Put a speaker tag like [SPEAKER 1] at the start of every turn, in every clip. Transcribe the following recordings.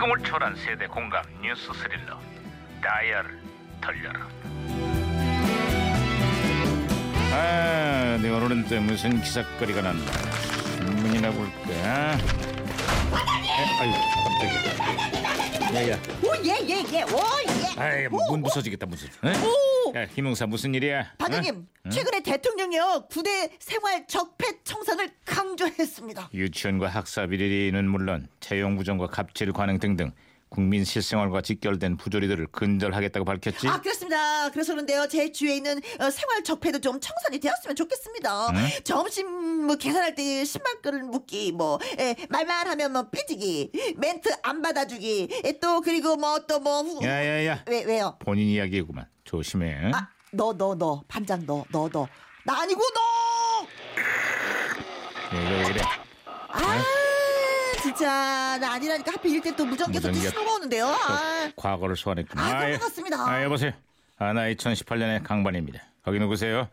[SPEAKER 1] 꿈을 초월한 세대 공감 뉴스 스릴러 다이얼 돌려라 아, 네 오늘은 또 무슨 기사거리가 났나 신문이나 볼까 에, 아유 깜짝이야 야야
[SPEAKER 2] 오예예예 오예.
[SPEAKER 1] 아이 뭐, 문 부서지겠다 무슨 에?
[SPEAKER 2] 오.
[SPEAKER 1] 야 김용사 무슨 일이야 어?
[SPEAKER 2] 반장님
[SPEAKER 1] 응?
[SPEAKER 2] 최근에 대통령이요 구대 생활 적폐 청산을 강조했습니다.
[SPEAKER 1] 유치원과 학사 비리는 물론 채용 부정과 갑질 관행 등등 국민 실생활과 직결된 부조리들을 근절하겠다고 밝혔지.
[SPEAKER 2] 아 그렇습니다. 그래서 그런데요 제 주위에 있는 어, 생활 적폐도 좀 청산이 되었으면 좋겠습니다. 점심 뭐 계산할 때 10만 건을 묻기 뭐 예, 말만 하면 뭐 삐지기 멘트 안 받아주기 예, 또 그리고 뭐 또 뭐 후.
[SPEAKER 1] 예? 야야야
[SPEAKER 2] 왜 왜요?
[SPEAKER 1] 본인 이야기구만 조심해. 예,
[SPEAKER 2] 아너 너 너 반장 너 너 너 나 아니고 너.
[SPEAKER 1] 왜 그래, 왜 그래.
[SPEAKER 2] 아 진짜 나 아니라니까 하필 이럴 때또 무전기에서 또
[SPEAKER 1] 무전기가
[SPEAKER 2] 신호가 오는데요. 아.
[SPEAKER 1] 과거를 소환했구나.
[SPEAKER 2] 아,
[SPEAKER 1] 예.
[SPEAKER 2] 반갑습니다.
[SPEAKER 1] 아 여보세요. 아나 2018년의 강반입니다. 거기 누구세요?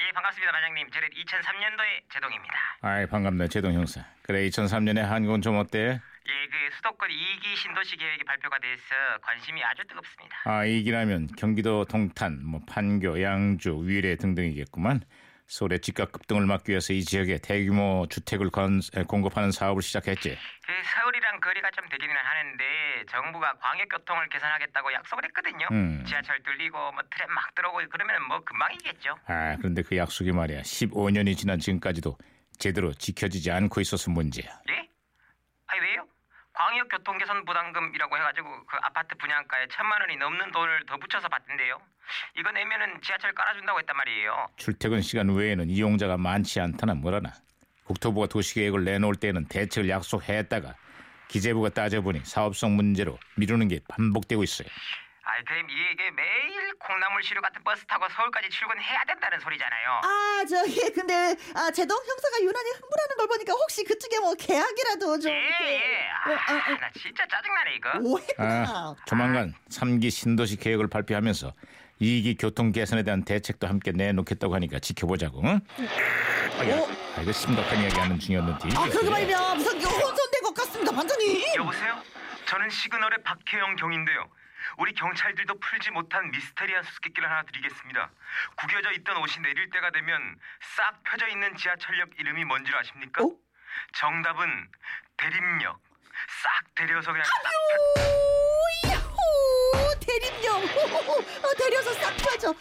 [SPEAKER 3] 예 반갑습니다 반장님 저는 2003년도에 제동입니다
[SPEAKER 1] 아이 반갑네 제동 형사. 그래 2003년에 한국은 좀 어때?
[SPEAKER 3] 예 그 수도권 2기 신도시 계획이 발표가 돼서 관심이 아주 뜨겁습니다
[SPEAKER 1] 아 이기라면 경기도 동탄, 뭐 판교, 양주, 위례 등등이겠구만. 서울의 집값 급등을 막기 위해서 이 지역에 대규모 주택을 건, 에, 공급하는 사업을 시작했지.
[SPEAKER 3] 그 서울이랑 거리가 좀 되기는 하는데 정부가 광역교통을 개선하겠다고 약속을 했거든요
[SPEAKER 1] 음.
[SPEAKER 3] 지하철 뚫리고 뭐 트램 막 들어오고 그러면 뭐 금방이겠죠
[SPEAKER 1] 아 그런데 그 약속이 말이야 15년이 지난 지금까지도 제대로 지켜지지 않고 있어서 문제야.
[SPEAKER 3] 예? 아니 왜요? 광역교통 개선 부담금이라고 해가지고 그 아파트 분양가에 천만 원이 넘는 돈을 더 붙여서 받던데요 이거 내면은 지하철 깔아준다고 했단 말이에요
[SPEAKER 1] 출퇴근 시간 외에는 이용자가 많지 않다나 뭐라나. 국토부가 도시계획을 내놓을 때에는 대책을 약속했다가 기재부가 따져보니 사업성 문제로 미루는 게 반복되고 있어요.
[SPEAKER 3] 아이 그럼 이게 매일 콩나물 시루 같은 버스 타고 서울까지 출근해야 된다는 소리잖아요.
[SPEAKER 2] 아 저기 근데 아 제동 형사가 유난히 흥분하는 걸 보니까 혹시 그쪽에 뭐 계약이라도 좀
[SPEAKER 3] 예예.
[SPEAKER 2] 이렇게
[SPEAKER 3] 아,
[SPEAKER 2] 어, 어,
[SPEAKER 3] 나 진짜 짜증나네 이거.
[SPEAKER 2] 어, 오해구나.
[SPEAKER 1] 아, 조만간 3기 신도시 계획을 발표하면서 2기 교통 개선에 대한 대책도 함께 내놓겠다고 하니까 지켜보자고. 응? 아, 야,
[SPEAKER 2] 어?
[SPEAKER 1] 아, 이거 심각한 이야기하는 중이었는데.
[SPEAKER 2] 아 그러게 말이야 무전기가 혼선된 것 같습니다 반장님.
[SPEAKER 3] 여보세요? 저는 시그널의 박혜영 경인데요. 우리 경찰들도 풀지 못한 미스테리한 수수께끼를 하나 드리겠습니다. 구겨져 있던 옷이 내릴 때가 되면 싹 펴져 있는 지하철역 이름이 뭔지 아십니까?
[SPEAKER 2] 어?
[SPEAKER 3] 정답은 대림역. 싹 데려서 그냥
[SPEAKER 2] 아,
[SPEAKER 3] 싹
[SPEAKER 2] 오, 야호 대림령 어, 데려서 싹 펴져.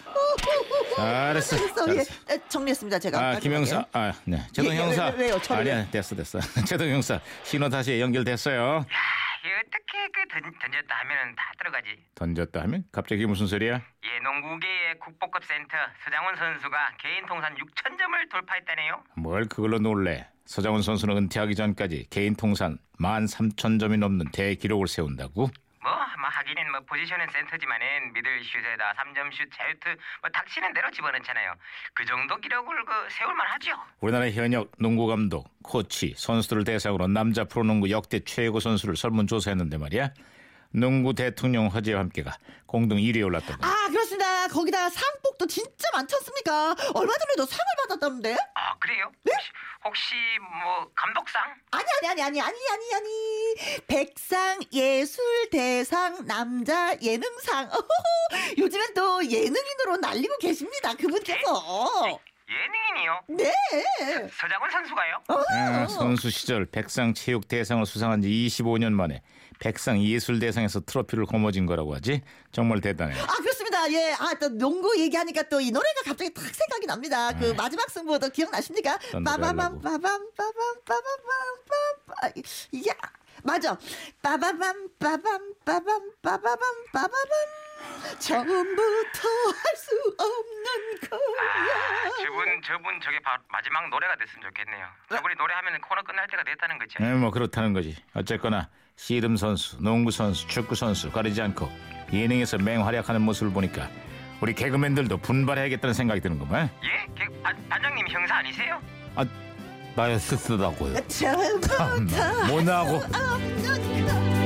[SPEAKER 1] 알았어, 알았어.
[SPEAKER 2] 예, 정리했습니다 제가.
[SPEAKER 1] 아, 김 형사. 아, 네. 제동
[SPEAKER 2] 예, 예,
[SPEAKER 1] 형사.
[SPEAKER 2] 왜, 왜, 왜요? 저를
[SPEAKER 1] 아니야, 됐어, 됐어. 제동 형사. 신호 다시 연결됐어요.
[SPEAKER 3] 야, 어떻게 그 던, 던졌다 하면은 다 들어가지.
[SPEAKER 1] 던졌다 하면 갑자기 무슨 소리야?
[SPEAKER 3] 예, 농구계의 국보급 센터 서장훈 선수가 개인 통산 6천 점을 돌파했다네요.
[SPEAKER 1] 뭘 그걸로 놀래? 서장훈 선수는 은퇴하기 전까지 개인 통산 13,000점이 넘는 대기록을 세운다고?
[SPEAKER 3] 뭐, 뭐 하기는 뭐 포지션은 센터지만은 미들 슛에다 3점 슛, 자유투 뭐 닥치는 대로 집어넣잖아요. 그 정도 기록을 그 세울만 하죠.
[SPEAKER 1] 우리나라 현역 농구 감독, 코치, 선수들을 대상으로 남자 프로농구 역대 최고 선수를 설문조사했는데 말이야. 농구 대통령 허재와 함께가 공동 1위에 올랐다고.
[SPEAKER 2] 아 그렇습니다. 거기다 상복도 진짜 많지 않습니까? 얼마 전에도 상을 받았다는데?
[SPEAKER 3] 아, 그래요? 혹시, 혹시 뭐 감독상?
[SPEAKER 2] 아니 아니 아니 아니 아니 아니 아니 백상 예술 대상 남자 예능상 어허허. 요즘엔 또 예능인으로 날리고 계십니다 그분께서
[SPEAKER 3] 예능인이요?
[SPEAKER 2] 네
[SPEAKER 3] 서장훈 선수가요?
[SPEAKER 1] 아, 선수 시절 백상 체육 대상을 수상한 지 25년 만에 백상 예술 대상에서 트로피를 거머쥔 거라고 하지. 정말 대단해.
[SPEAKER 2] 아, 그렇습니다. 예. 아, 또 농구 얘기하니까 또 이 노래가 갑자기 탁 생각이 납니다. 그 마지막 승부도 기억나십니까?
[SPEAKER 1] 네. 딴 노래
[SPEAKER 2] 빠밤밤,
[SPEAKER 1] 하려고.
[SPEAKER 2] 빠밤, 빠밤, 빠밤, 빠밤, 빠 이- 이게, 아, 맞아. 빠밤밤, 빠밤, 빠밤, 빠밤, 빠밤. 처음부터 할 수 없는
[SPEAKER 3] 아,
[SPEAKER 2] 거야.
[SPEAKER 3] 저분, 저분 저게 바, 마지막 노래가 됐으면 좋겠네요. 저분이 노래하면 코너 끝날 때가 됐다는 거죠.
[SPEAKER 1] 네, 뭐 그렇다는 거지. 어쨌거나 씨름 선수, 농구 선수, 축구 선수 가리지 않고 예능에서 맹활약하는 모습을 보니까 우리 개그맨들도 분발해야겠다는 생각이 드는구만.
[SPEAKER 3] 예? 그, 반, 반장님 형사 아니세요?
[SPEAKER 1] 아, 나의 스스라고요.
[SPEAKER 2] 처음부터
[SPEAKER 1] 뭐냐고.
[SPEAKER 2] 없는 거야.